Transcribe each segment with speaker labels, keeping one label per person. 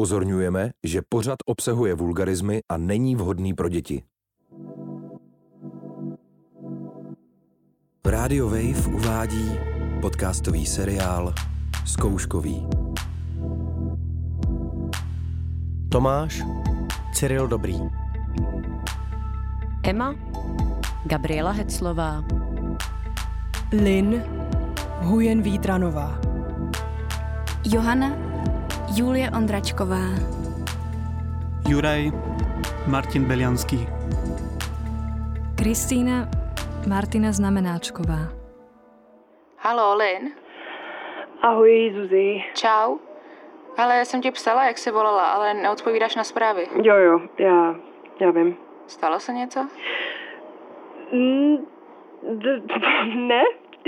Speaker 1: Upozorňujeme, že pořad obsahuje vulgarizmy a není vhodný pro děti. Radio Wave uvádí podcastový seriál Zkouškový.
Speaker 2: Tomáš, Cyril Dobrý.
Speaker 3: Emma, Gabriela Heclová,
Speaker 4: Lin Hujen Vítranová.
Speaker 5: Johana Julie Ondračková.
Speaker 6: Juraj, Martin Belianský,
Speaker 7: Kristýna Martina Znamenáčková.
Speaker 8: Halo, Lin.
Speaker 9: Ahoj, Zuzi.
Speaker 8: Čau. Ale jsem ti psala, jak jsi volala, ale neodpovídáš na zprávy.
Speaker 9: Jo, jo, já, já vím.
Speaker 8: Stalo se něco?
Speaker 9: Mm, d- ne,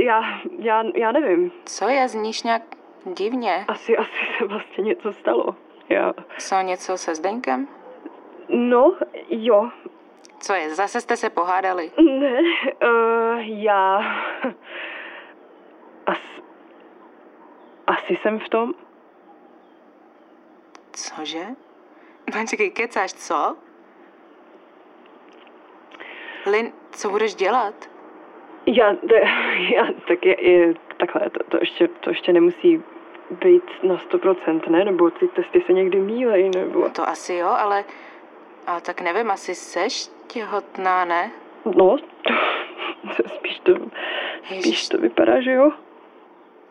Speaker 9: já, já, já nevím.
Speaker 8: Co je, zníš nějak divně?
Speaker 9: Asi, asi se vlastně něco stalo. Já.
Speaker 8: Co, něco se Zdeňkem?
Speaker 9: No, jo.
Speaker 8: Co je, zase jste se pohádali?
Speaker 9: Ne, uh, já... As, asi jsem v tom.
Speaker 8: Cože? Počkej, kecáš, co? Lin, co budeš dělat?
Speaker 9: Já, de, já tak je, je takhle, to, to, ještě, to ještě nemusí být na 100%, ne? Nebo ty testy se někdy mílej, nebo...
Speaker 8: To asi jo, ale... A tak nevím, asi seš těhotná, ne?
Speaker 9: No, spíš to, spíš
Speaker 8: Ježiš.
Speaker 9: to vypadá, že jo?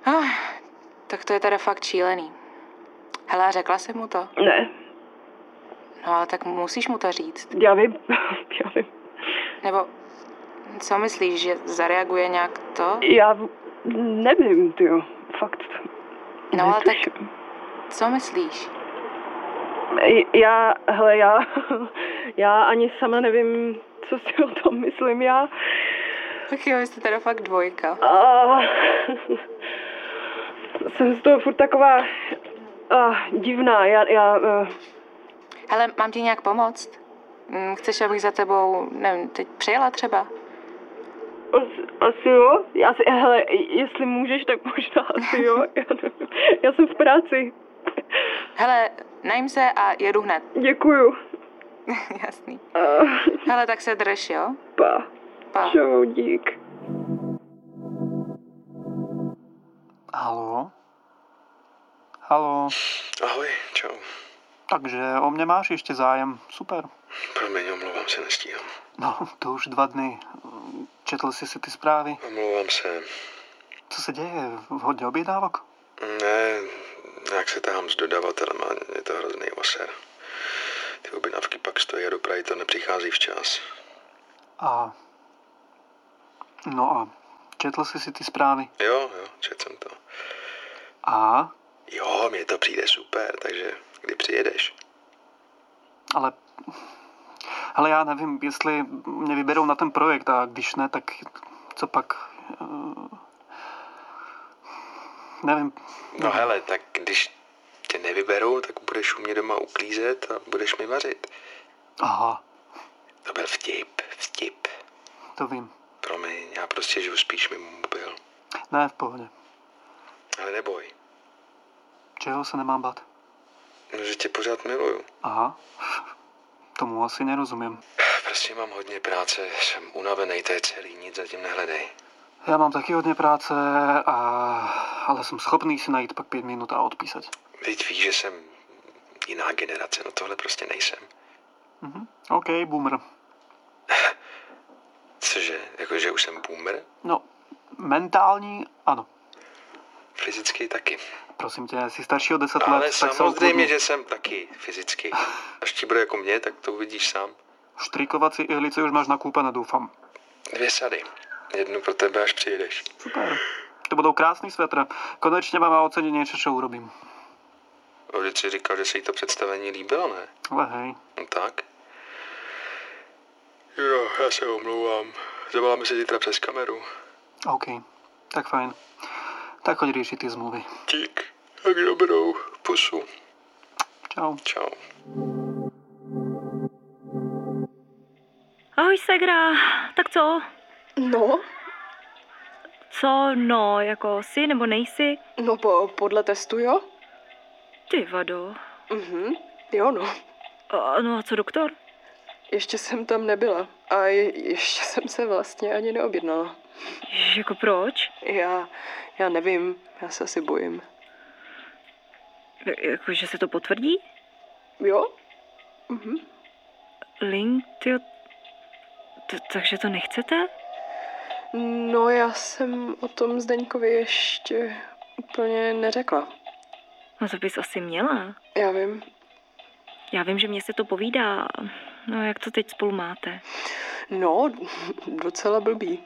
Speaker 8: Ah, tak to je teda fakt šílený. Hele, řekla jsem mu to.
Speaker 9: Ne,
Speaker 8: No ale tak musíš mu to říct.
Speaker 9: já vím, já vím.
Speaker 8: Nebo co myslíš, že zareaguje nějak to?
Speaker 9: Já v- nevím, ty jo, fakt.
Speaker 8: No, ale tak-
Speaker 9: Netuším.
Speaker 8: Co myslíš?
Speaker 9: J- Já, hele, já, já ani sama nevím, co si o tom myslím já.
Speaker 8: Tak jo, jste teda fakt dvojka.
Speaker 9: A, Ah. jsem z toho furt taková a, Ah, divná. Já, já, eh,
Speaker 8: Hele, mám ti nějak pomoct? Mm, Chceš, abych za tebou, nevím, teď přijela třeba?
Speaker 9: asi, asi jo. Já si, hele, jestli můžeš, tak možná asi jo. Já, nevím. já jsem v práci.
Speaker 8: Hele, najím se a jedu hned.
Speaker 9: Děkuju.
Speaker 8: Jasný.
Speaker 9: A,
Speaker 8: Hele, tak se drž, jo?
Speaker 9: pa.
Speaker 8: Pa.
Speaker 9: Čau, dík.
Speaker 6: Halo? Halo?
Speaker 10: Ahoj, čau.
Speaker 6: Takže o mě máš ještě zájem. Super.
Speaker 10: Promiň, omlouvám se, nestíhám.
Speaker 6: No, to už dva dny. Mm, Četl jsi si ty zprávy?
Speaker 10: Omlouvám se.
Speaker 6: Co se děje? Hodně objednávek?
Speaker 10: Ne, nějak se tahám s dodavatelem a je to hrozný vaser. Ty objednávky pak stojí a do Prahy to nepřichází včas.
Speaker 6: A... No a četl jsi si ty zprávy?
Speaker 10: Jo, jo, četl jsem to.
Speaker 6: A?
Speaker 10: Jo, mně to přijde super, takže kdy přijedeš?
Speaker 6: Ale... Ale já nevím, jestli mě vyberou na ten projekt a když ne, tak co pak? Eh, Nevím.
Speaker 10: No hele, tak když tě nevyberou, tak budeš u mě doma uklízet a budeš mi vařit.
Speaker 6: Aha,
Speaker 10: To byl vtip, vtip.
Speaker 6: to vím.
Speaker 10: Promiň, já prostě žiju spíš mimo mobil.
Speaker 6: Ne, v pohodě.
Speaker 10: Ale neboj,
Speaker 6: Čeho se nemám bát?
Speaker 10: že tě pořád miluju.
Speaker 6: Aha. Tomu asi nerozumím.
Speaker 10: Prostě mám hodně práce, jsem unavený, to je celý, nic zatím nehledej.
Speaker 6: Já mám taky hodně práce, a... ale jsem schopný si najít pak pět minut a odpísat.
Speaker 10: Teď víš, že jsem jiná generace, no tohle prostě nejsem.
Speaker 6: Mhm. OK, boomer.
Speaker 10: Cože, jakože už jsem boomer?
Speaker 6: No, mentální, ano.
Speaker 10: Fyzicky taky.
Speaker 6: Prosím tě, jsi starší od 10
Speaker 10: Ale
Speaker 6: let, tak se
Speaker 10: samozřejmě,
Speaker 6: uklidni.
Speaker 10: že jsem taky fyzicky. Až ti bude jako mě, tak to uvidíš sám.
Speaker 6: Štrikovací ihlice už máš nakoupené, doufám.
Speaker 10: Dvě sady. Jednu pro tebe, až přijedeš.
Speaker 6: Super. To budou krásný svetr. Konečně mám ocenit něco, co urobím.
Speaker 10: Vždyť si říkal, že se jí to představení líbilo, ne?
Speaker 6: Ale hej,
Speaker 10: No tak. Jo, já se omlouvám. Zavoláme se zítra přes kameru.
Speaker 6: OK. Tak fajn. Tak choď řešit ty zmluvy.
Speaker 10: Dík. Tak dobrou. Pusu.
Speaker 6: Čau.
Speaker 10: Čau.
Speaker 11: Ahoj, Segra, tak co?
Speaker 9: No,
Speaker 11: Co, no, jako jsi nebo nejsi?
Speaker 9: no po, podle testu, jo?
Speaker 11: Ty vado,
Speaker 9: Mhm, jo no.
Speaker 11: A, no a co doktor?
Speaker 9: Ještě jsem tam nebyla a je, ještě jsem se vlastně ani neobjednala.
Speaker 11: Jako proč?
Speaker 9: Já, já nevím, já se asi bojím.
Speaker 11: Jako, že se to potvrdí?
Speaker 9: Jo? Mhm.
Speaker 11: Link, tyjo, t- takže to nechcete?
Speaker 9: No já jsem o tom Zdeňkovi ještě úplně neřekla.
Speaker 11: No to bys asi měla.
Speaker 9: Já vím.
Speaker 11: Já vím, že mě se to povídá. No jak to teď spolu máte?
Speaker 9: No, docela blbý.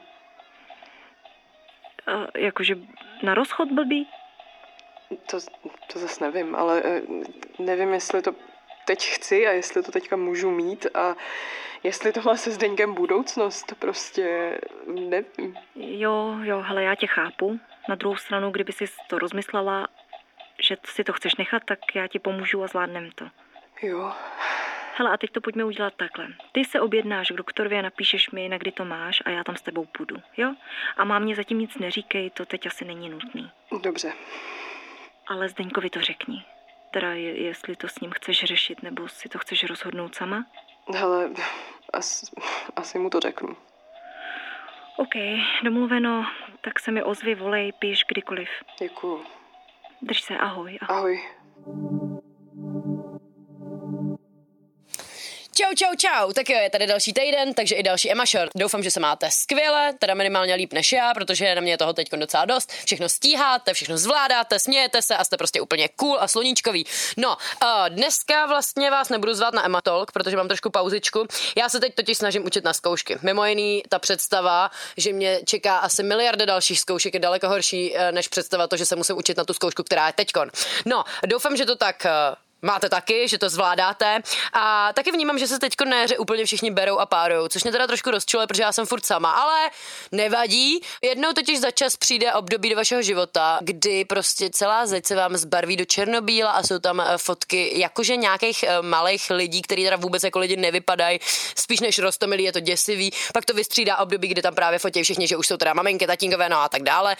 Speaker 11: E, jakože na rozchod blbý?
Speaker 9: To, to zase nevím, ale e, nevím, jestli to teď chci a jestli to teďka můžu mít a jestli to má se Zdeňkem budoucnost, prostě nevím.
Speaker 11: Jo, jo, hele, já tě chápu. Na druhou stranu, kdyby si to rozmyslela, že si to chceš nechat, tak já ti pomůžu a zvládnem to.
Speaker 9: Jo.
Speaker 11: Hele, a teď to pojďme udělat takhle. Ty se objednáš k doktorovi a napíšeš mi, na kdy to máš a já tam s tebou půjdu, jo? A mám mě zatím nic neříkej, to teď asi není nutný.
Speaker 9: Dobře.
Speaker 11: Ale Zdeňkovi to řekni. Teda je, jestli to s ním chceš řešit, nebo si to chceš rozhodnout sama?
Speaker 9: Hele, asi, asi mu to řeknu.
Speaker 11: OK, domluveno, tak se mi ozvi, volej, píš kdykoliv.
Speaker 9: Děkuju.
Speaker 11: Drž se, ahoj.
Speaker 9: Ahoj.
Speaker 4: Čau, čau, čau. Tak jo, je tady další týden, takže i další Emma Short. Doufám, že se máte skvěle, teda minimálně líp než já, protože na mě je toho teď docela dost. Všechno stíháte, všechno zvládáte, smějete se a jste prostě úplně cool a sluníčkový. No, uh, dneska vlastně vás nebudu zvát na Emma Talk, protože mám trošku pauzičku. Já se teď totiž snažím učit na zkoušky. Mimo jiný, ta představa, že mě čeká asi miliarda dalších zkoušek, je daleko horší, eh, než představa to, že se musím učit na tu zkoušku, která je teďkon. No, doufám, že to tak eh, máte taky, že to zvládáte. A taky vnímám, že se teď na jaře úplně všichni berou a párujou, což mě teda trošku rozčiluje, protože já jsem furt sama, ale nevadí. Jednou totiž za čas přijde období do vašeho života, kdy prostě celá zeď se vám zbarví do černobíla a jsou tam eh, fotky jakože nějakých eh, malých lidí, který teda vůbec jako lidi nevypadají, spíš než rostomilí, je to děsivý. Pak to vystřídá období, kdy tam právě fotí všichni, že už jsou teda maminky, tatínkové, no a tak dále.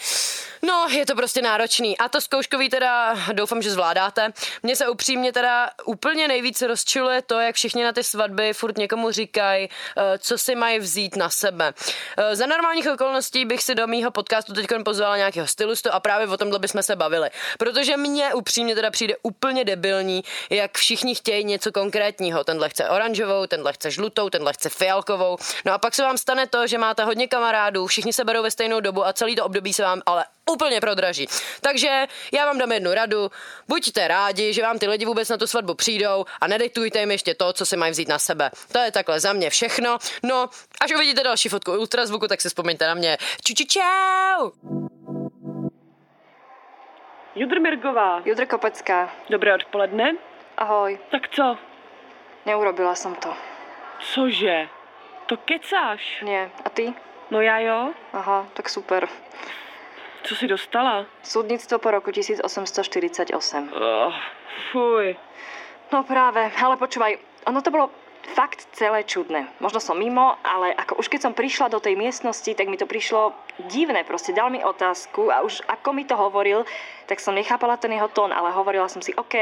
Speaker 4: No, je to prostě náročný. A to zkouškový teda doufám, že zvládáte. Mně se upřímně teda úplně nejvíc rozčiluje to, jak všichni na ty svatby furt někomu říkají, eh, co si mají vzít na sebe. Eh, Za normálních okolností bych si do mýho podcastu teď pozvala nějakého stylistu a právě o tomhle bychom se bavili. Protože mně upřímně teda přijde úplně debilní, jak všichni chtějí něco konkrétního. Tenhle chce oranžovou, tenhle chce žlutou, tenhle chce fialkovou. No a pak se vám stane to, že máte hodně kamarádů, všichni se berou ve stejnou dobu a celý to období se vám ale úplně prodraží. Takže já vám dám jednu radu. Buďte rádi, že vám ty lidi vůbec na tu svatbu přijdou a nedektujte jim ještě to, co si mají vzít na sebe. To je takhle za mě všechno. No, až uvidíte další fotku ultrazvuku, tak si vzpomeňte na mě. Ču, ču, čau!
Speaker 12: Judrmirgová.
Speaker 7: Judr Kopecká.
Speaker 12: Dobré odpoledne.
Speaker 7: Ahoj.
Speaker 12: Tak co?
Speaker 7: Neurobila jsem to.
Speaker 12: Cože? To kecáš?
Speaker 7: Ne. A ty?
Speaker 12: No já jo.
Speaker 7: Aha, tak super.
Speaker 12: Co jsi dostala?
Speaker 7: Soudnictvo po roku 1848.
Speaker 12: Oh, fuj.
Speaker 7: No práve, ale počúvaj, ono to bolo fakt celé čudné. Možno som mimo, ale ako už keď som prišla do tej miestnosti, tak mi to prišlo divné, proste dal mi otázku a už ako mi to hovoril, tak som nechápala ten jeho tón, ale hovorila som si, OK,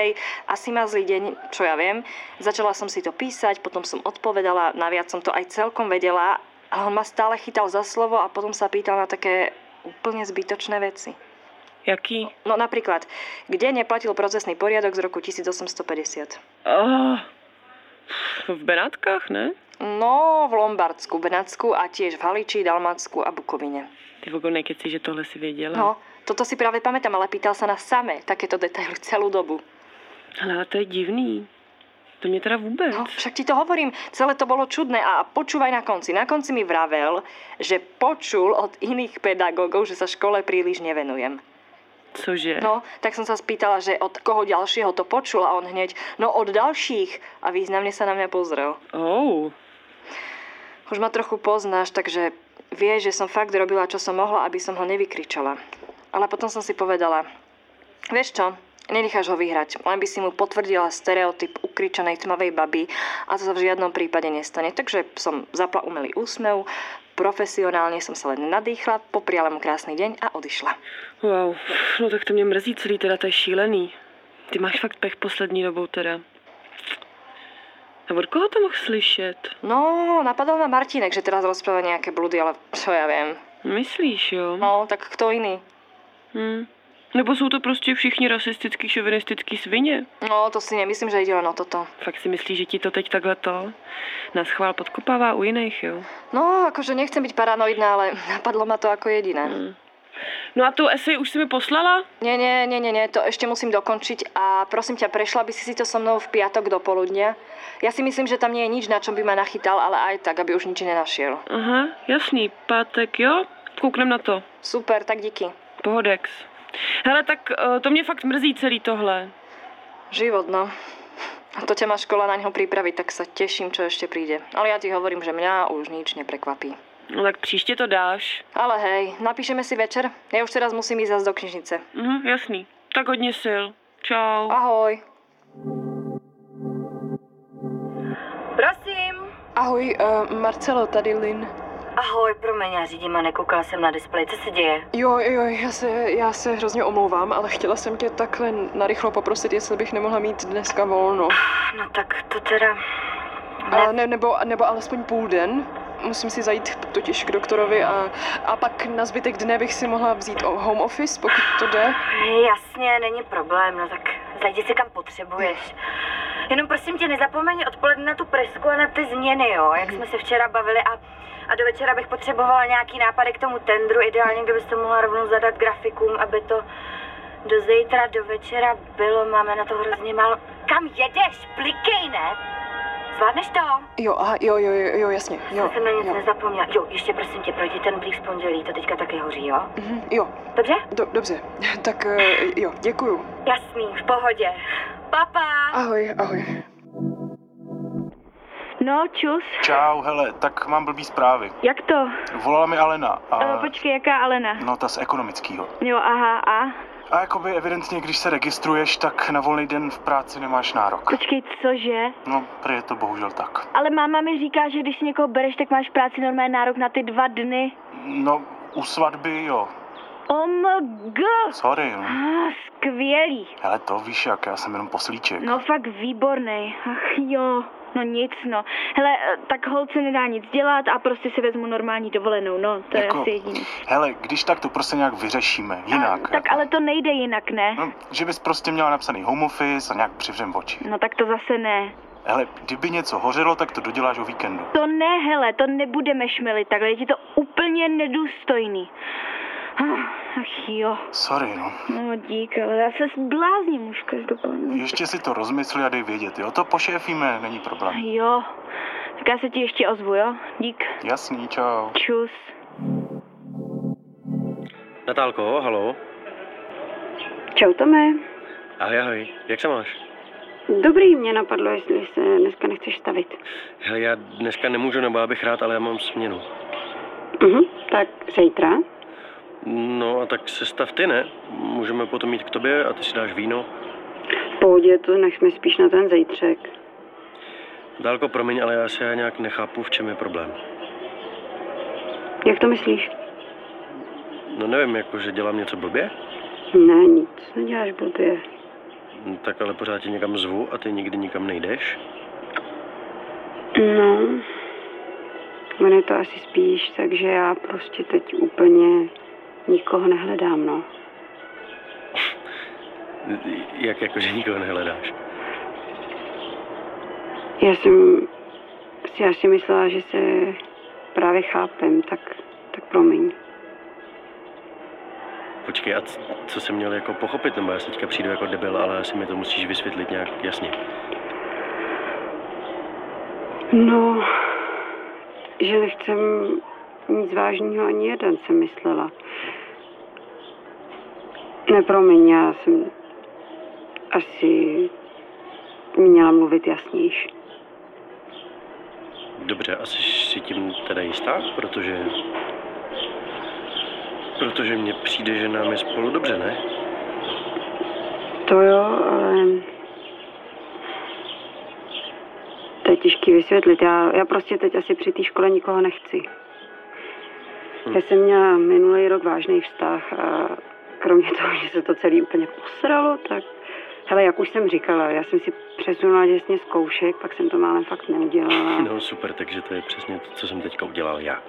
Speaker 7: asi má zlý deň, čo ja viem. Začala som si to písať, potom som odpovedala, naviac som to aj celkom vedela, ale on ma stále chytal za slovo a potom sa pýtal na také úplne zbytočné veci.
Speaker 12: Jaký?
Speaker 7: No napríklad, kde neplatil procesný poriadok z roku 1850?
Speaker 12: Oh, v Benátkách, ne?
Speaker 7: No, v Lombardsku, Benátsku a tiež v Haliči, Dalmátsku a Bukovine.
Speaker 12: Ty vogo nekeci, že tohle si věděla.
Speaker 7: No, toto si práve pamätám, ale pýtal sa na samé takéto detaily celú dobu.
Speaker 12: Ale ale to je divný. To mě teda vůbec.
Speaker 7: No, však ti to hovorím, celé to bolo čudné a počúvaj na konci. Na konci mi vravel, že počul od iných pedagógov, že sa škole príliš nevenujem.
Speaker 12: Cože?
Speaker 7: No, tak som sa spýtala, že od koho ďalšieho to počul a on hneď, no od ďalších a významne sa na mňa pozrel.
Speaker 12: Oh.
Speaker 7: Už ma trochu poznáš, takže vieš, že som fakt robila, čo som mohla, aby som ho nevykričala. Ale potom som si povedala, vieš čo, nenecháš ho vyhrať, len by si mu potvrdila stereotyp ukričanej tmavej baby a to sa v žiadnom prípade nestane. Takže som zapla umelý úsmev, profesionálne som sa len nadýchla, popriala mu krásny deň a odišla.
Speaker 12: Wow, no tak to mě mrzí celý, teda to je šílený. Ty máš fakt pech poslední dobou teda. A od koho to mohl slyšet?
Speaker 7: No, napadl ma Martinek, že teraz rozpráva nejaké bludy, ale čo ja viem.
Speaker 12: Myslíš, jo?
Speaker 7: No, tak kto iný?
Speaker 12: Hm. Nebo jsou to prostě všichni rasistický, šovinistický svině?
Speaker 7: No, to si nemyslím, že ide len o toto.
Speaker 12: Fakt si myslíš, že ti to teď takhle to na schvál podkopává u jiných, jo?
Speaker 7: No, akože nechcem byť paranoidná, ale napadlo ma to ako jediné. Mm.
Speaker 12: No a tu esej už si mi poslala?
Speaker 7: Nie, nie, nie, nie, nie, to ešte musím dokončiť a prosím ťa, prešla by si si to so mnou v piatok do poludnia? Ja si myslím, že tam nie je nič, na čom by ma nachytal, ale aj tak, aby už nič nenašiel.
Speaker 12: Aha, jasný, pátek, jo? Kouknem na to.
Speaker 7: Super, tak díky.
Speaker 12: Pohodex. Hele, tak eh, to mě fakt mrzí celý tohle.
Speaker 7: Život, no. A to ťa má škola na ňo pripraviť, tak sa teším, čo ešte príde. Ale ja ti hovorím, že mňa už nič neprekvapí.
Speaker 12: No tak příště to dáš.
Speaker 7: Ale hej, napíšeme si večer. Ja už teraz musím ísť zase do knižnice.
Speaker 12: Mhm, jasný. Tak hodně sil. Čau.
Speaker 7: Ahoj.
Speaker 13: Prosím.
Speaker 9: Ahoj, uh, Marcelo, tady Lin.
Speaker 13: Ahoj, promiň, já řídím a nekoukala jsem na displej, co se děje?
Speaker 9: Jo, jo, já se, já se hrozně omlouvám, ale chtěla jsem tě takhle narychlo poprosit, jestli bych nemohla mít dneska volno.
Speaker 13: No tak to teda...
Speaker 9: Ne. A ne, nebo, nebo alespoň půl den. Musím si zajít totiž k doktorovi a, a pak na zbytek dne bych si mohla vzít o- home office, pokud to jde.
Speaker 13: Jasně, není problém, no tak zajdi si kam potřebuješ. Jenom prosím tě, nezapomeň odpoledne na tu presku a na ty změny, jo, jak jsme se včera bavili a, a do večera bych potřebovala nějaký nápady k tomu tendru, ideálně kdybyste mohla rovnou zadat grafikům, aby to do zítra, do večera bylo, máme na to hrozně málo. Kam jedeš? Plikej, ne? Zvládneš to?
Speaker 9: Jo, aha, jo, jo, jo, jo, jasně, jo.
Speaker 13: jsem na nic
Speaker 9: jo.
Speaker 13: nezapomněla. Jo, ještě prosím tě, projdi ten blíž z pondělí, to teďka taky hoří, jo?
Speaker 9: Mhm, jo.
Speaker 13: Dobře?
Speaker 9: Do, dobře, tak eh, jo, děkuju.
Speaker 13: Jasný, v pohodě. Papa!
Speaker 9: Ahoj, ahoj.
Speaker 5: No, čus.
Speaker 14: Čau, hele, tak mám blbý zprávy.
Speaker 5: Jak to? Eh,
Speaker 14: Volala mi Alena
Speaker 5: A...
Speaker 14: a...
Speaker 5: počkej, jaká Alena?
Speaker 14: No, ta z ekonomického.
Speaker 5: Jo, aha, a?
Speaker 14: A jakoby evidentně, když se registruješ, tak na volný den v práci nemáš nárok.
Speaker 5: Počkej, cože?
Speaker 14: No, prý je to bohužel tak.
Speaker 5: Ale máma mi říká, že když si někoho bereš, tak máš v práci normálně nárok na ty dva dny.
Speaker 14: No, u svatby jo.
Speaker 5: OMG!
Speaker 14: Sorry, no.
Speaker 5: Ah, skvělý.
Speaker 14: Hele, to víš jak, já jsem jenom poslíček.
Speaker 5: No fakt výborný. Ach jo. No nic, no. Hele, eh, tak holce nedá nic dělat a prostě si vezmu normální dovolenou, no. To je
Speaker 14: Jako-
Speaker 5: asi jediný.
Speaker 14: Hele, když tak to prostě nějak vyřešíme, jinak.
Speaker 5: Tak ale to nejde jinak, ne?
Speaker 14: No, že bys prostě měla napsaný home office a nějak přivřem oči.
Speaker 5: No tak to zase ne.
Speaker 14: Hele, kdyby něco hořelo, tak to doděláš o víkendu.
Speaker 5: To ne, hele, to nebudeme šmelit takhle, je ti to úplně nedůstojný. Ah, Ach jo.
Speaker 14: Sorry, no.
Speaker 5: No dík, ale já se zblázním už každopádně.
Speaker 14: Ještě si to rozmysli a dej vědět, jo? To pošéfíme, není problém.
Speaker 5: Jo, tak já se ti ještě ozvu, jo? Dík.
Speaker 14: Jasný, čau.
Speaker 5: Čus.
Speaker 15: Natálko, halo.
Speaker 16: Čau Tome.
Speaker 15: Ahoj, ahoj. Jak se máš?
Speaker 16: Dobrý, mě napadlo, jestli se dneska nechceš stavit.
Speaker 15: Hele, já dneska nemůžu, nebo já bych rád, ale já mám směnu.
Speaker 16: Mhm, tak zítra.
Speaker 15: No a tak se stav ty, ne? Můžeme potom jít k tobě a ty si dáš víno.
Speaker 16: V pohodě, to nechme spíš na ten zítřek.
Speaker 15: Dálko, promiň, ale já se nějak nechápu, v čem je problém.
Speaker 16: Jak to myslíš?
Speaker 15: No nevím, jako, že dělám něco blbě?
Speaker 16: Ne, nic, neděláš blbě.
Speaker 15: No, Tak ale pořád tě někam zvu a ty nikdy nikam nejdeš.
Speaker 16: No, ono je to asi spíš, takže já prostě teď úplně nikoho nehledám, no.
Speaker 15: Jak jako, že nikoho nehledáš?
Speaker 16: Já jsem si asi myslela, že se právě chápem, tak, tak promiň.
Speaker 15: Počkej, a c- co jsem měl jako pochopit, nebo já se teďka přijdu jako debil, ale asi mi to musíš vysvětlit nějak jasně.
Speaker 16: No, že nechcem nic vážného ani jeden, jsem myslela. Nepromiň, já jsem asi měla mluvit jasnější.
Speaker 15: Dobře, asi si tím teda jistá, protože... Protože mně přijde, že nám je spolu dobře, ne?
Speaker 16: To jo, ale... To je těžký vysvětlit. Já, já prostě teď asi při té škole nikoho nechci.
Speaker 15: Hm.
Speaker 16: Já jsem měla minulý rok vážný vztah a kromě toho, že se to celý úplně posralo, tak Hele, jak už jsem říkala, já jsem si přesunula děsně zkoušek, pak jsem to málem fakt neudělala.
Speaker 15: No super, takže to je přesně to, co jsem teďka udělal já.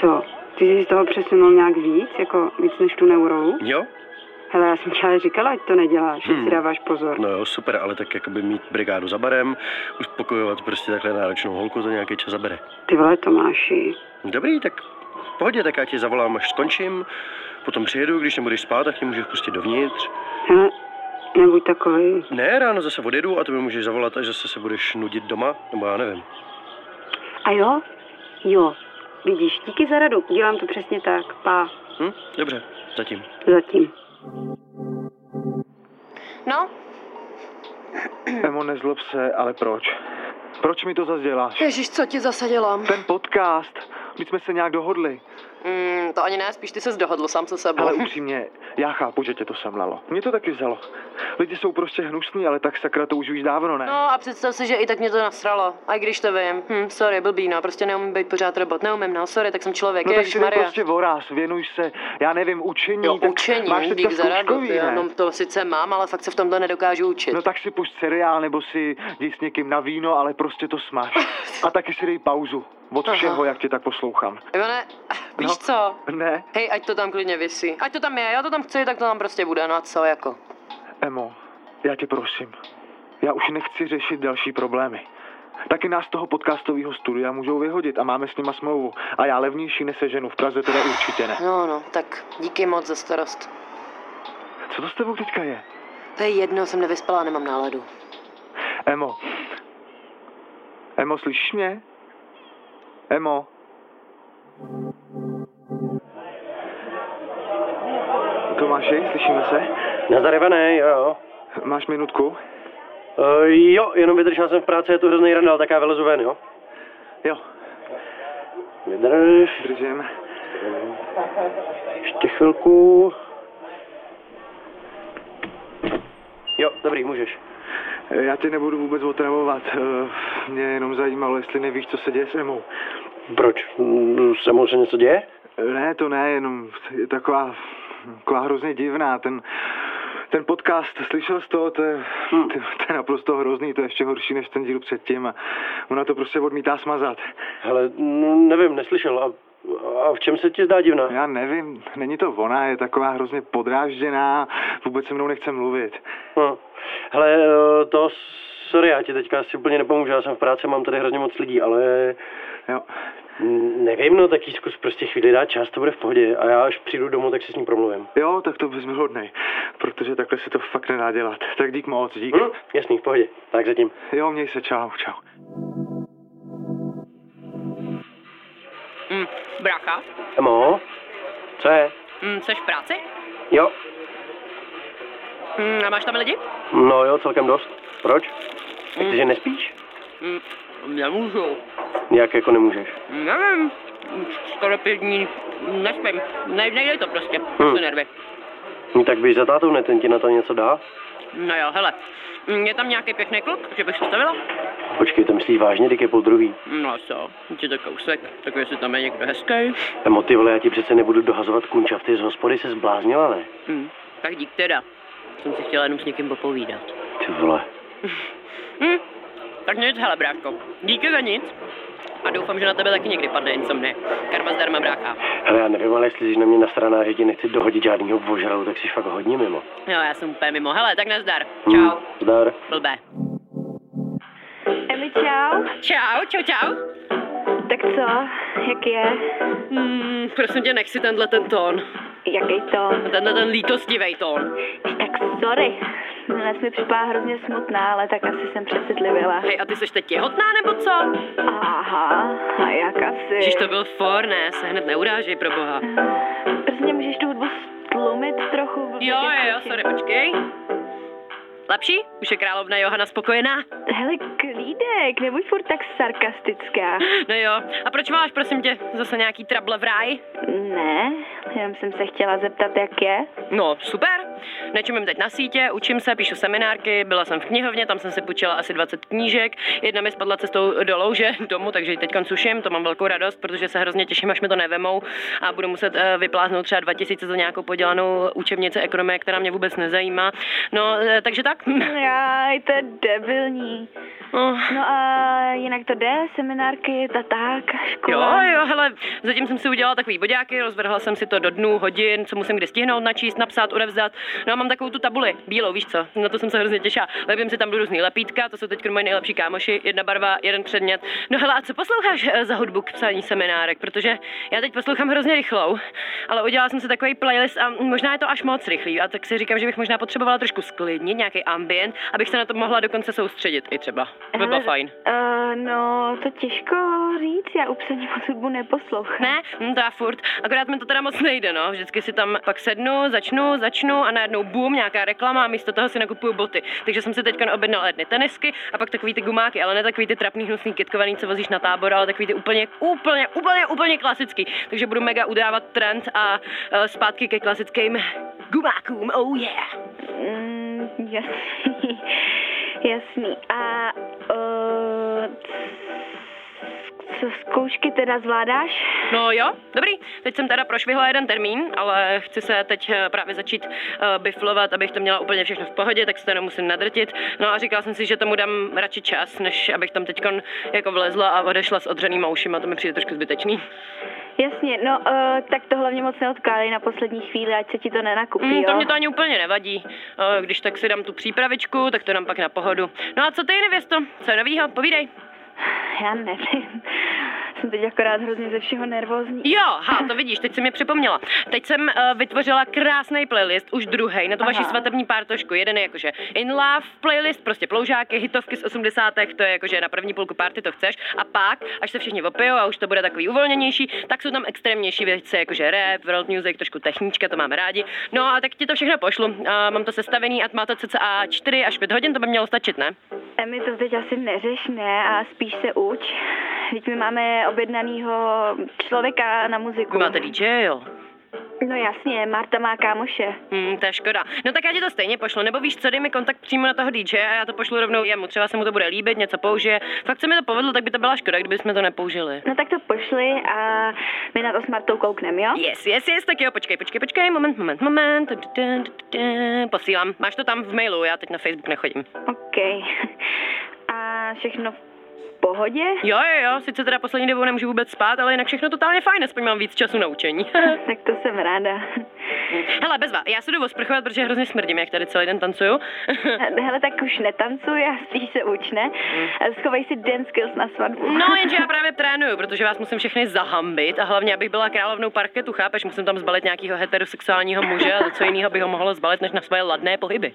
Speaker 16: Co? Ty jsi z toho přesunul nějak víc, jako víc než tu neurolu?
Speaker 15: Jo?
Speaker 16: Hele, já jsem ti ale říkala, ať to neděláš, hmm.
Speaker 15: Hm.
Speaker 16: si dáváš pozor.
Speaker 15: No jo, super, ale tak jakoby mít brigádu za barem, uspokojovat prostě takhle náročnou holku, to nějaký čas zabere.
Speaker 16: Ty vole, Tomáši,
Speaker 15: Dobrý, tak v pohodě, tak já tě zavolám, až skončím. Potom přijedu, když nebudeš spát, tak tě můžeš pustit dovnitř.
Speaker 16: hele, nebuď takový.
Speaker 15: Ne, ráno zase odjedu a ty mi můžeš zavolat, až zase se budeš nudit doma, nebo já nevím.
Speaker 16: A jo? Jo. Vidíš, díky za radu, dělám to přesně tak, pá,
Speaker 15: Hm? Dobře, zatím.
Speaker 16: zatím.
Speaker 17: No,
Speaker 18: Emo, nezlob se, ale proč? Proč mi to zase děláš?
Speaker 17: Ježíš, co ti zase dělám?
Speaker 18: Ten podcast, my jsme se nějak dohodli.
Speaker 17: Mm, to ani ne, spíš ty se dohodl sám se sebou.
Speaker 18: Ale upřímně, já chápu, že tě to semlalo. Mě to taky vzalo. Lidi jsou prostě hnusní, ale tak sakra to už už dávno ne.
Speaker 17: No a představ si, že i tak mě to nasralo. A i když to vím, hm, sorry, blbý, no, prostě neumím být pořád robot, neumím, no, sorry, tak jsem člověk,
Speaker 18: no tak si
Speaker 17: Ježíš,
Speaker 18: dej
Speaker 17: Maria.
Speaker 18: prostě voraz, věnuj se, já nevím, učení.
Speaker 17: Jo,
Speaker 18: tak
Speaker 17: učení,
Speaker 18: máš teďka
Speaker 17: dík za radu,
Speaker 18: zkouškový,
Speaker 17: ty, jo,
Speaker 18: ne?
Speaker 17: no, to sice mám, ale fakt se v tomto nedokážu učit.
Speaker 18: No tak si pušť seriál, nebo si jdi s někým na víno, ale prostě to smaž. A taky si dej pauzu. Od
Speaker 17: Aha.
Speaker 18: všeho, jak tě tak poslouchám.
Speaker 17: Ivane, víš
Speaker 18: No.
Speaker 17: co?
Speaker 18: Ne,
Speaker 17: Hej, ať to tam klidně vysí. Ať to tam je, já to tam chci, tak to tam prostě bude, no a co, jako.
Speaker 18: Emo, já tě prosím. Já už nechci řešit další problémy. Taky nás z toho podcastového studia můžou vyhodit a máme s nima smlouvu. A já levnější neseženu, v Praze teda určitě ne.
Speaker 17: No, no, tak díky moc za starost.
Speaker 18: Co to s tebou teďka je?
Speaker 17: To je jedno, jsem nevyspala, nemám náladu.
Speaker 18: Emo. Emo, slyšíš mě? Emo. Tomáši, slyšíme se?
Speaker 15: Nazdar Ivane, jo.
Speaker 18: Máš minutku?
Speaker 15: Uh, jo, jenom vydržel jsem v práci, je tu hrozný randál, tak já vylezu ven, jo?
Speaker 18: Jo.
Speaker 15: Vydrž.
Speaker 18: Držím.
Speaker 15: Ještě chvilku. Jo, dobrý, můžeš.
Speaker 18: Eh, Já tě nebudu vůbec otravovat. Eh, Mě jenom zajímalo, jestli nevíš, co se děje s Emou.
Speaker 15: Proč? Mm, Se mu se něco děje?
Speaker 18: Eh, Ne, to ne, jenom je taková, taková hrozně divná. Ten, ten podcast, slyšel jsi to, to je,
Speaker 15: Hmm.
Speaker 18: to, to je naprosto hrozný, to je ještě horší než ten díl předtím. A ona to prostě odmítá smazat.
Speaker 15: Hele, no, nevím, neslyšel. A, a v čem se ti zdá divná?
Speaker 18: Já nevím, není to ona, je taková hrozně podrážděná, vůbec se mnou nechce mluvit.
Speaker 15: No. Hele, eh, to, sorry, já ti teďka asi úplně nepomůžu, já jsem v práci, mám tady hrozně moc lidí, ale...
Speaker 18: Jo.
Speaker 15: Nevím, no, tak jí zkus prostě chvíli dát čas, to bude v pohodě. A já až přijdu domů, tak se s ní promluvím.
Speaker 18: Jo, tak to bys byl hodnej, protože takhle se to fakt nedá dělat. Tak dík moc, dík.
Speaker 15: Hm, jasný, v pohodě. Tak zatím.
Speaker 18: Jo, měj se, čau, čau.
Speaker 4: Mm, bracha,
Speaker 15: Emo, co je?
Speaker 4: mm, seš v práci?
Speaker 15: Jo,
Speaker 4: Mm, a máš tam lidi?
Speaker 15: no jo, celkem dost. Proč?
Speaker 18: Hmm.
Speaker 15: Mm. Že nespíš?
Speaker 4: Mm, nemůžu.
Speaker 15: Jak jako nemůžeš?
Speaker 4: Nevím, skoro pět dní nespím. Ne, nejde to prostě,
Speaker 15: Hm.
Speaker 4: jsou nervy.
Speaker 15: No, tak běž za tátou, ne, ten ti na to něco dá?
Speaker 4: No jo, hele, mm, je tam nějaký pěkný kluk, že bych se stavila?
Speaker 15: Počkej, to myslíš vážně, když je po druhý.
Speaker 4: No co, je to kousek, tak jestli tam je někdo hezký.
Speaker 15: Emo, ty vole, já ti přece nebudu dohazovat kunčafty z hospody, se zbláznila, ne?
Speaker 4: Hm, tak dík teda, jsem si chtěla jenom s někým popovídat.
Speaker 15: Ty vole.
Speaker 4: Hm, tak nic, hele, bráško, díky za nic. A doufám, že na tebe taky někdy padne insomnie. Karma zdarma, brácha.
Speaker 15: Hele, já nevím, ale jestli jsi na mě na stranách, že ti nechci dohodit žádnýho vožralu, tak jsi fakt hodně mimo.
Speaker 4: Jo, já jsem úplně mimo. Hele, tak nazdar.
Speaker 15: Čau. Zdar.
Speaker 4: Blbé.
Speaker 5: Emi, čau.
Speaker 4: Čau, čau, čau.
Speaker 5: Tak co, jak je?
Speaker 4: Mm, prosím tě, nech si tenhle ten tón.
Speaker 5: Jaký tón?
Speaker 4: Tenhle ten lítostivý tón.
Speaker 5: Sorry, dnes mi připadá hrozně smutná, ale tak asi jsem přecitlivila.
Speaker 4: Hej, a ty seš teď těhotná nebo co?
Speaker 5: Aha, a jak asi?
Speaker 4: Ježíš, to byl for, ne? Se hned neurážej, pro boha.
Speaker 5: Prostě můžeš tu hudbu stlumit trochu?
Speaker 4: Jo, jo, jo, sorry, počkej. Lepší? Už je královna Johana spokojená?
Speaker 5: Hele, klídek, nebuď furt tak sarkastická.
Speaker 4: No jo, a proč máš, prosím tě, zase nějaký trable v ráji?
Speaker 5: Ne, Jenom jsem se chtěla zeptat, jak je.
Speaker 4: No, super. Nečumím teď na sítě, učím se, píšu seminárky, byla jsem v knihovně, tam jsem si půjčila asi 20 knížek. Jedna mi spadla cestou do louže domů, takže ji teď suším, to mám velkou radost, protože se hrozně těším, až mi to nevemou a budu muset eh, vypláznout třeba 2000 za nějakou podělanou učebnici ekonomie, která mě vůbec nezajímá. No, eh, takže tak.
Speaker 5: Jaj, to je debilní.
Speaker 4: Oh.
Speaker 5: No a jinak to jde, seminárky, ta tak, škola.
Speaker 4: Jo, jo, hele, zatím jsem si udělala takový bodáky, rozvrhla jsem si to do dnů, hodin, co musím kdy stihnout, načíst, napsat, odevzdat. No a mám takovou tu tabuli, bílou, víš co, na to jsem se hrozně těšila. Lepím si tam různý lepítka, to jsou teď moje nejlepší kámoši, jedna barva, jeden předmět. No hele, a co posloucháš eh, za hudbu k psaní seminárek, protože já teď poslouchám hrozně rychlou, ale udělala jsem si takový playlist a možná je to až moc rychlý, a tak si říkám, že bych možná potřebovala trošku sklidnit, nějaký ambient, abych se na to mohla dokonce soustředit i třeba. By bylo
Speaker 5: Hele,
Speaker 4: fajn.
Speaker 5: Uh, no, to těžko říct, já upsaní moc hudbu neposlouchám.
Speaker 4: Ne, hm, to já furt. Akorát mi to teda moc nejde, no. Vždycky si tam pak sednu, začnu, začnu a najednou boom, nějaká reklama a místo toho si nakupuju boty. Takže jsem si teď objednala jedny tenisky a pak takový ty gumáky, ale ne takový ty trapný hnusný kitkovaný, co vozíš na tábor, ale takový ty úplně, úplně, úplně, úplně klasický. Takže budu mega udávat trend a eh, zpátky ke klasickým gumákům, oh yeah.
Speaker 5: Mm, jasný, jasný. A uh, co zkoušky teda zvládáš?
Speaker 4: No jo, dobrý. Teď jsem teda prošvihla jeden termín, ale chci se teď eh, právě začít uh, biflovat, abych to měla úplně všechno v pohodě, tak se to nemusím nadrtit. No a říkala jsem si, že tomu dám radši čas, než abych tam teď jako vlezla a odešla s odřenýma ušima, to mi přijde trošku zbytečný.
Speaker 5: Jasně, no uh, tak to hlavně moc neodkládej na poslední chvíli, ať se ti to nenakupí,
Speaker 4: Mm, to
Speaker 5: jo?
Speaker 4: mě to ani úplně nevadí. Eh, Když tak si dám tu přípravičku, tak to dám pak na pohodu. No a co ty, nevěsto? Co je novýho? Povídej.
Speaker 5: Já nevím. Jsem teď akorát hrozně ze všeho nervózní.
Speaker 4: Jo, ha, to vidíš, teď jsi mě připomněla. Teď jsem uh, vytvořila krásný playlist, už druhý, na tu vaši
Speaker 5: Aha.
Speaker 4: svatební pártošku. Jeden je jakože In Love playlist, prostě ploužáky, hitovky z 80. to je jakože na první půlku party to chceš. A pak, až se všichni opijou a už to bude takový uvolněnější, tak jsou tam extrémnější věci, jakože rap, world music, trošku technička, to máme rádi. No a tak ti to všechno pošlu. Uh, mám to sestavený a má to cca 4 až 5 hodin, to by mělo stačit, ne?
Speaker 5: Emi, to teď asi neřeš, ne? A spíš se uč. Teď my máme objednanýho člověka na muziku.
Speaker 4: Vy máte DJ, jo?
Speaker 5: No jasně, Marta má kámoše.
Speaker 4: Hmm, to je škoda. No tak já ti to stejně pošlu, nebo víš co, dej mi kontakt přímo na toho DJ a já to pošlu rovnou jemu, třeba se mu to bude líbit, něco použije. Fakt se mi to povedlo, tak by to byla škoda, kdybychom to nepoužili.
Speaker 5: No tak to pošli a my na to s Martou koukneme, jo?
Speaker 4: Yes, yes, yes, tak jo, počkej, počkej, počkej, moment, moment, moment. Tu, tu, tu, tu, tu. Posílám, máš to tam v mailu, já teď na Facebook nechodím.
Speaker 5: OK. A všechno v pohodě?
Speaker 4: Jo, jo, jo, sice teda poslední dobou nemůžu vůbec spát, ale jinak všechno totálně fajn, aspoň mám víc času na učení.
Speaker 5: tak to jsem ráda.
Speaker 4: Hele, bezva, já se jdu osprchovat, protože hrozně smrdím, jak tady celý den tancuju.
Speaker 5: Hele, tak už netancuj a spíš se uč, ne? Schovej si dance skills na svatbu.
Speaker 4: Mm. No, jenže já právě trénuju, protože vás musím všechny zahambit a hlavně, abych byla královnou parketu, chápeš, musím tam zbalit nějakého heterosexuálního muže a co jiného bych ho mohla zbalit, než na svoje ladné pohyby.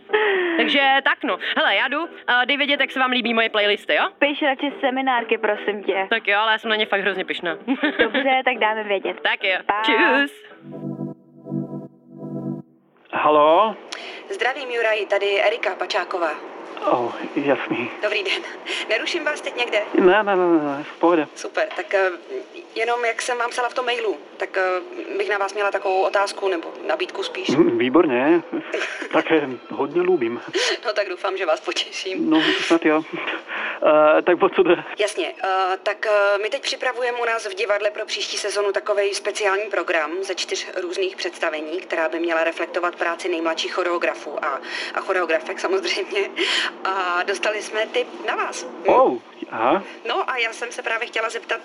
Speaker 4: Takže tak no. Hele, já jdu, a dej vědět, jak se vám líbí moje playlisty, jo?
Speaker 5: Píš radši seminárky, prosím tě.
Speaker 4: Tak jo, ale já jsem na ně fakt hrozně pišná.
Speaker 5: Dobře, tak dáme vědět.
Speaker 4: Tak jo. Čus.
Speaker 6: Halo?
Speaker 19: Zdravím Juraj, tady Erika Pačáková.
Speaker 6: Oh, jasný.
Speaker 19: Dobrý den. Neruším vás teď někde?
Speaker 20: No.
Speaker 6: Ne, ne, ne, ne, v pohodě.
Speaker 19: Super, tak eh, jenom jak jsem vám psala v tom mailu, tak eh, bych na vás měla takovou otázku nebo nabídku spíš.
Speaker 20: Mhm.
Speaker 6: Hm, výborně. Také hodně lubím.
Speaker 19: No tak doufám, že vás potěším.
Speaker 6: No, snad jo. Uh, tak o co jde?
Speaker 19: Jasně, eh, tak eh, my teď připravujeme u nás v divadle pro příští sezonu takový speciální program ze čtyř různých představení, která by měla reflektovat práci nejmladších choreografů a, a choreografek samozřejmě. A dostali jsme tip na vás. Hm?
Speaker 6: Oh, aha.
Speaker 19: No a já jsem se právě chtěla zeptat,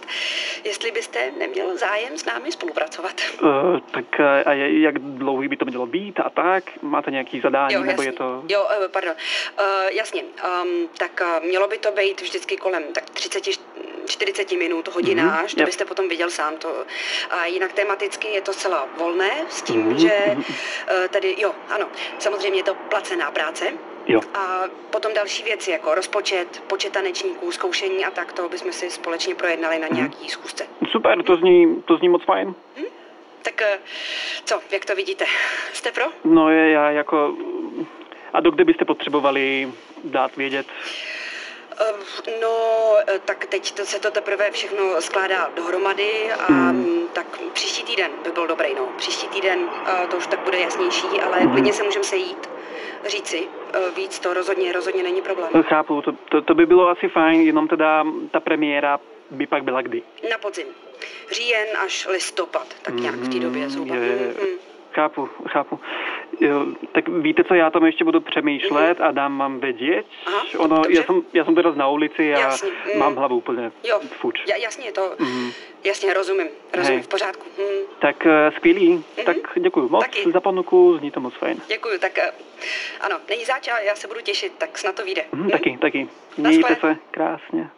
Speaker 19: jestli byste neměl zájem s námi spolupracovat.
Speaker 6: Uh, tak eh, a je- jak dlouhý by to mělo být a tak? Máte nějaký zadání
Speaker 19: Jo,
Speaker 6: nebo
Speaker 19: jasně.
Speaker 6: je to...
Speaker 19: Jo, eh, pardon. Uh, jasně, um, tak uh, mělo by to být vždycky kolem tak 30, 40 minut, hodina
Speaker 6: Mhm,
Speaker 19: mm-hmm, až, to
Speaker 6: jo.
Speaker 19: byste potom viděl sám to. A jinak tematicky je to celá volné s tím,
Speaker 6: Mhm,
Speaker 19: že
Speaker 6: mhm.
Speaker 19: uh, tady, jo, ano, samozřejmě je to placená práce.
Speaker 6: Jo.
Speaker 19: A potom další věci, jako rozpočet, počet tanečníků, zkoušení a tak, to bychom si společně projednali
Speaker 6: Mhm.
Speaker 19: na nějaký zkusce.
Speaker 6: Super, to zní, to zní moc fajn.
Speaker 19: Tak eh, co, jak to vidíte? Jste pro?
Speaker 6: No je, já jako... A dokdy byste potřebovali dát vědět?
Speaker 19: Ehm, Eh, No, eh, tak teď to se to teprve všechno skládá dohromady a mm. tak příští týden by byl dobrý, no. Příští týden eh, to už tak bude jasnější, ale klidně se můžeme sejít, říci eh, víc, to rozhodně, rozhodně není problém.
Speaker 20: Chápu, to, to, to by bylo asi fajn, jenom teda ta premiéra by pak byla kdy.
Speaker 19: Na podzim. Říjen až listopad, tak nějak v té době zhruba.
Speaker 20: Je, Mm, je,
Speaker 19: Mhm.
Speaker 20: chápu, chápu. Jo, tak víte co, já tam ještě budu přemýšlet a dám vám vědět.
Speaker 19: Mhm. Aha,
Speaker 20: Ono,
Speaker 19: dobře.
Speaker 20: já jsem, já jsem teda na ulici a
Speaker 19: Jasně, mm.
Speaker 20: mám hlavu úplně
Speaker 19: Jo,
Speaker 20: fuč.
Speaker 19: ja, jasně, to,
Speaker 20: Mhm.
Speaker 19: jasně, rozumím, rozumím,
Speaker 20: Hej.
Speaker 19: v pořádku. Mhm.
Speaker 20: Tak eh, skvělý, tak děkuji moc
Speaker 19: Taky.
Speaker 20: za ponuku, zní to moc fajn.
Speaker 19: Děkuju, tak eh, ano, není zač a já se budu těšit, tak snad to vyjde.
Speaker 20: Hm, taky, taky. Mějte se krásně.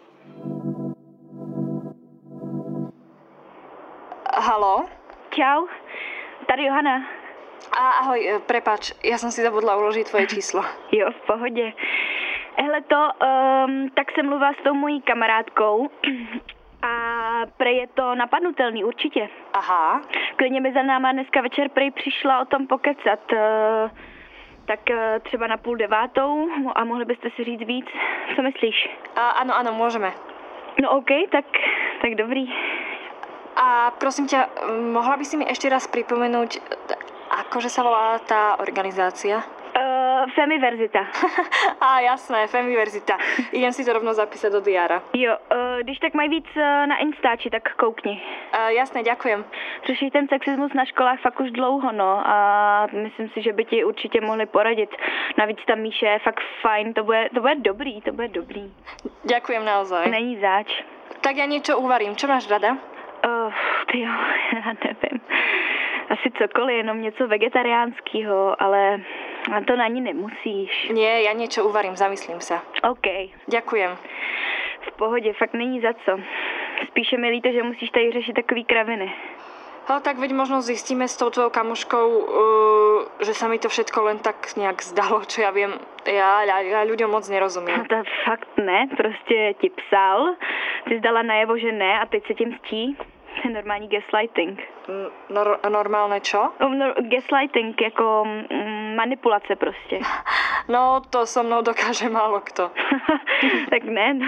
Speaker 7: Halo?
Speaker 5: Čau, tady Johana.
Speaker 7: A ahoj, eh, prepač, ja som si zabudla uložiť tvoje číslo.
Speaker 5: Jo, v pohodě. Hele to, um, tak jsem mluvila s tou mojí kamarádkou a prej je to napadnutelný určitě.
Speaker 7: Aha.
Speaker 5: Klidně by za náma dneska večer prej přišla o tom pokecat. eh, tak eh, třeba na půl devátou a mohli byste si říct víc. Co myslíš?
Speaker 7: A, ano, ano, môžeme.
Speaker 5: No OK, tak, tak dobrý.
Speaker 7: A prosím ťa, mohla by si mi ešte raz pripomenúť, eh, akože sa volá tá organizácia?
Speaker 5: Uh, Femiverzita.
Speaker 7: Á, jasné, Femiverzita. Idem si to rovno zapísať do diára.
Speaker 5: Jo, eh, když tak mají víc eh, na Instači, tak koukni.
Speaker 7: Uh, jasné, ďakujem.
Speaker 5: Řeší ten sexismus na školách fakt už dlouho, no, a myslím si, že by ti určitě mohli poradit. Navíc ta Míše je fakt fajn, to bude, to bude dobrý, to bude dobrý.
Speaker 7: Ďakujem naozaj.
Speaker 5: Není zač.
Speaker 7: Tak ja niečo uvarím. Čo máš rada?
Speaker 5: Uh, ty jo, já nevím. Asi cokoliv, jenom něco vegetariánského, ale na to na ní nemusíš.
Speaker 7: Nie, ja niečo uvarím, zamyslím sa.
Speaker 5: OK,
Speaker 7: Ďakujem.
Speaker 5: v pohodě, fakt není za co. Spíše mi líto, že musíš tady řešit takový kraviny.
Speaker 7: Ale tak veď možno zistíme s tou tvojou kamoškou, uh, že sa mi to všetko len tak nejak zdalo, čo ja viem. Ja, ja, ja ľuďom moc nerozumiem.
Speaker 5: To fakt ne, prostě ti psal, ty zdala najevo, že ne a teď se tím stí. To je normální gaslighting.
Speaker 7: Nor- normálne čo?
Speaker 5: Um, No, gaslighting, jako mm, manipulace prostě.
Speaker 7: No, to so mnou dokáže málo kto.
Speaker 5: tak ne, no.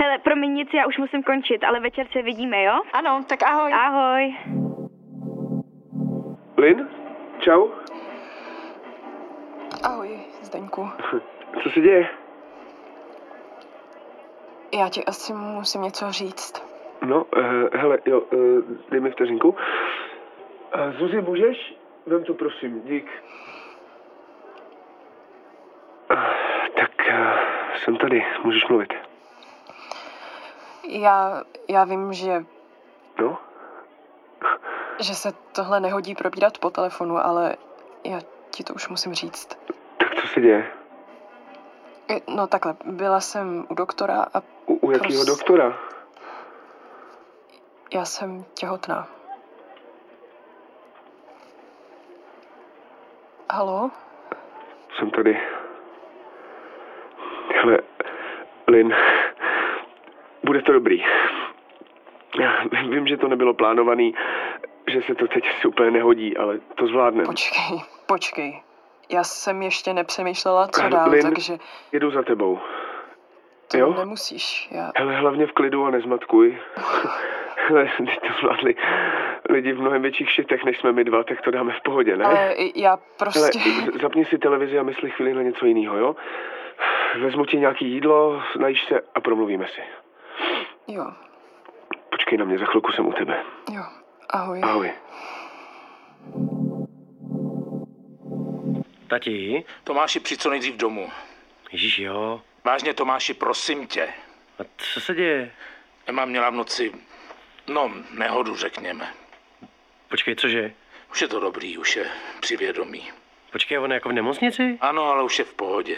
Speaker 5: Hele, promiň nic, já už musím končit, ale večer se vidíme, jo?
Speaker 7: Ano, tak ahoj.
Speaker 5: Ahoj.
Speaker 21: Lin? Čau?
Speaker 9: Ahoj, Zdeňku.
Speaker 21: Co se děje?
Speaker 9: Já ti asi musím něco říct.
Speaker 21: No, uh, hele, jo, uh, dej mi vteřinku. Uh, Zuzi, můžeš? Vem to prosím, dík. tak uh, jsem tady, můžeš mluvit.
Speaker 9: Já, já vím, že,
Speaker 21: No?
Speaker 9: že se tohle nehodí probírat po telefonu, ale já ti to už musím říct.
Speaker 21: Tak co se děje?
Speaker 9: I- No takhle, byla jsem u doktora a
Speaker 21: U, u jakého
Speaker 9: Prostě.
Speaker 21: doktora?
Speaker 9: já jsem těhotná. Halo?
Speaker 21: Jsem tady. Hele, Lin, bude to dobrý. Já vím, že to nebylo plánovaný, že se to teď asi úplně nehodí, ale to zvládneme.
Speaker 9: Počkej, počkej. Já jsem ještě nepřemýšlela, co dál,
Speaker 21: Lin,
Speaker 9: takže
Speaker 21: jedu za tebou.
Speaker 9: to
Speaker 21: jo?
Speaker 9: nemusíš. Já...
Speaker 21: Hele, hlavně v klidu a nezmatkuj. Hele, teď to zvládli lidi v mnohem větších šitech, než jsme my dva, tak to dáme v pohodě, ne?
Speaker 9: Ale i- já prostě...
Speaker 21: Hele, z- zapni si televizi a mysli chvíli na něco jiného, jo? Vezmu ti nějaký jídlo, najíš se a promluvíme si.
Speaker 9: Jo,
Speaker 21: Počkej na mě, za chvilku jsem u tebe.
Speaker 9: jo. Ahoj.
Speaker 21: Ahoj.
Speaker 15: Tati,
Speaker 22: Tomáši, přijď co nejdřív domů.
Speaker 15: Ježíš jo,
Speaker 22: Vážně, Tomáši, prosím tě.
Speaker 15: a co se děje?
Speaker 22: Emma měla v noci, no, nehodu, řekněme.
Speaker 15: Počkej, cože?
Speaker 22: Už je to dobrý, už je při vědomí.
Speaker 15: Počkej, on je jako v nemocnici?
Speaker 22: Ano, ale už je v pohodě.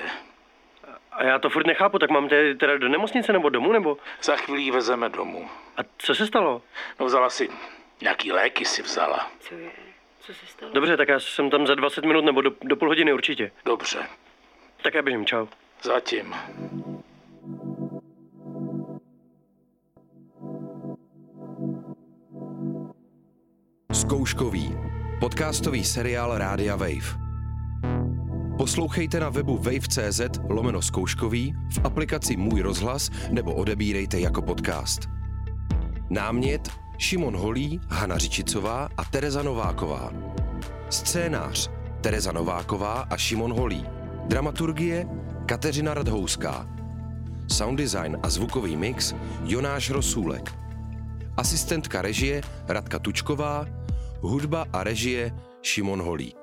Speaker 15: A já to furt nechápu, tak mám tedy teda do nemocnice nebo domů, nebo?
Speaker 22: Za chvíli ji vezeme domů.
Speaker 15: A co se stalo?
Speaker 22: No, vzala si, nějaký léky si vzala.
Speaker 15: Co je? Co se stalo? Dobře, tak já jsem tam za 20 minut nebo do, do půl hodiny určitě.
Speaker 22: Dobře.
Speaker 15: Tak já běžím, čau.
Speaker 22: Zatím.
Speaker 1: Zkouškový. Podcastový seriál Rádia Wave. Poslouchejte na webu wave.cz lomeno zkouškový, v aplikaci Můj rozhlas nebo odebírejte jako podcast. Námět Šimon Holí, Hana Řičicová a Tereza Nováková. Scénář Tereza Nováková a Šimon Holí. Dramaturgie Kateřina Radhouská. Sound design a zvukový mix Jonáš Rosůlek. Asistentka režie Radka Tučková, hudba a režie Šimon Holík.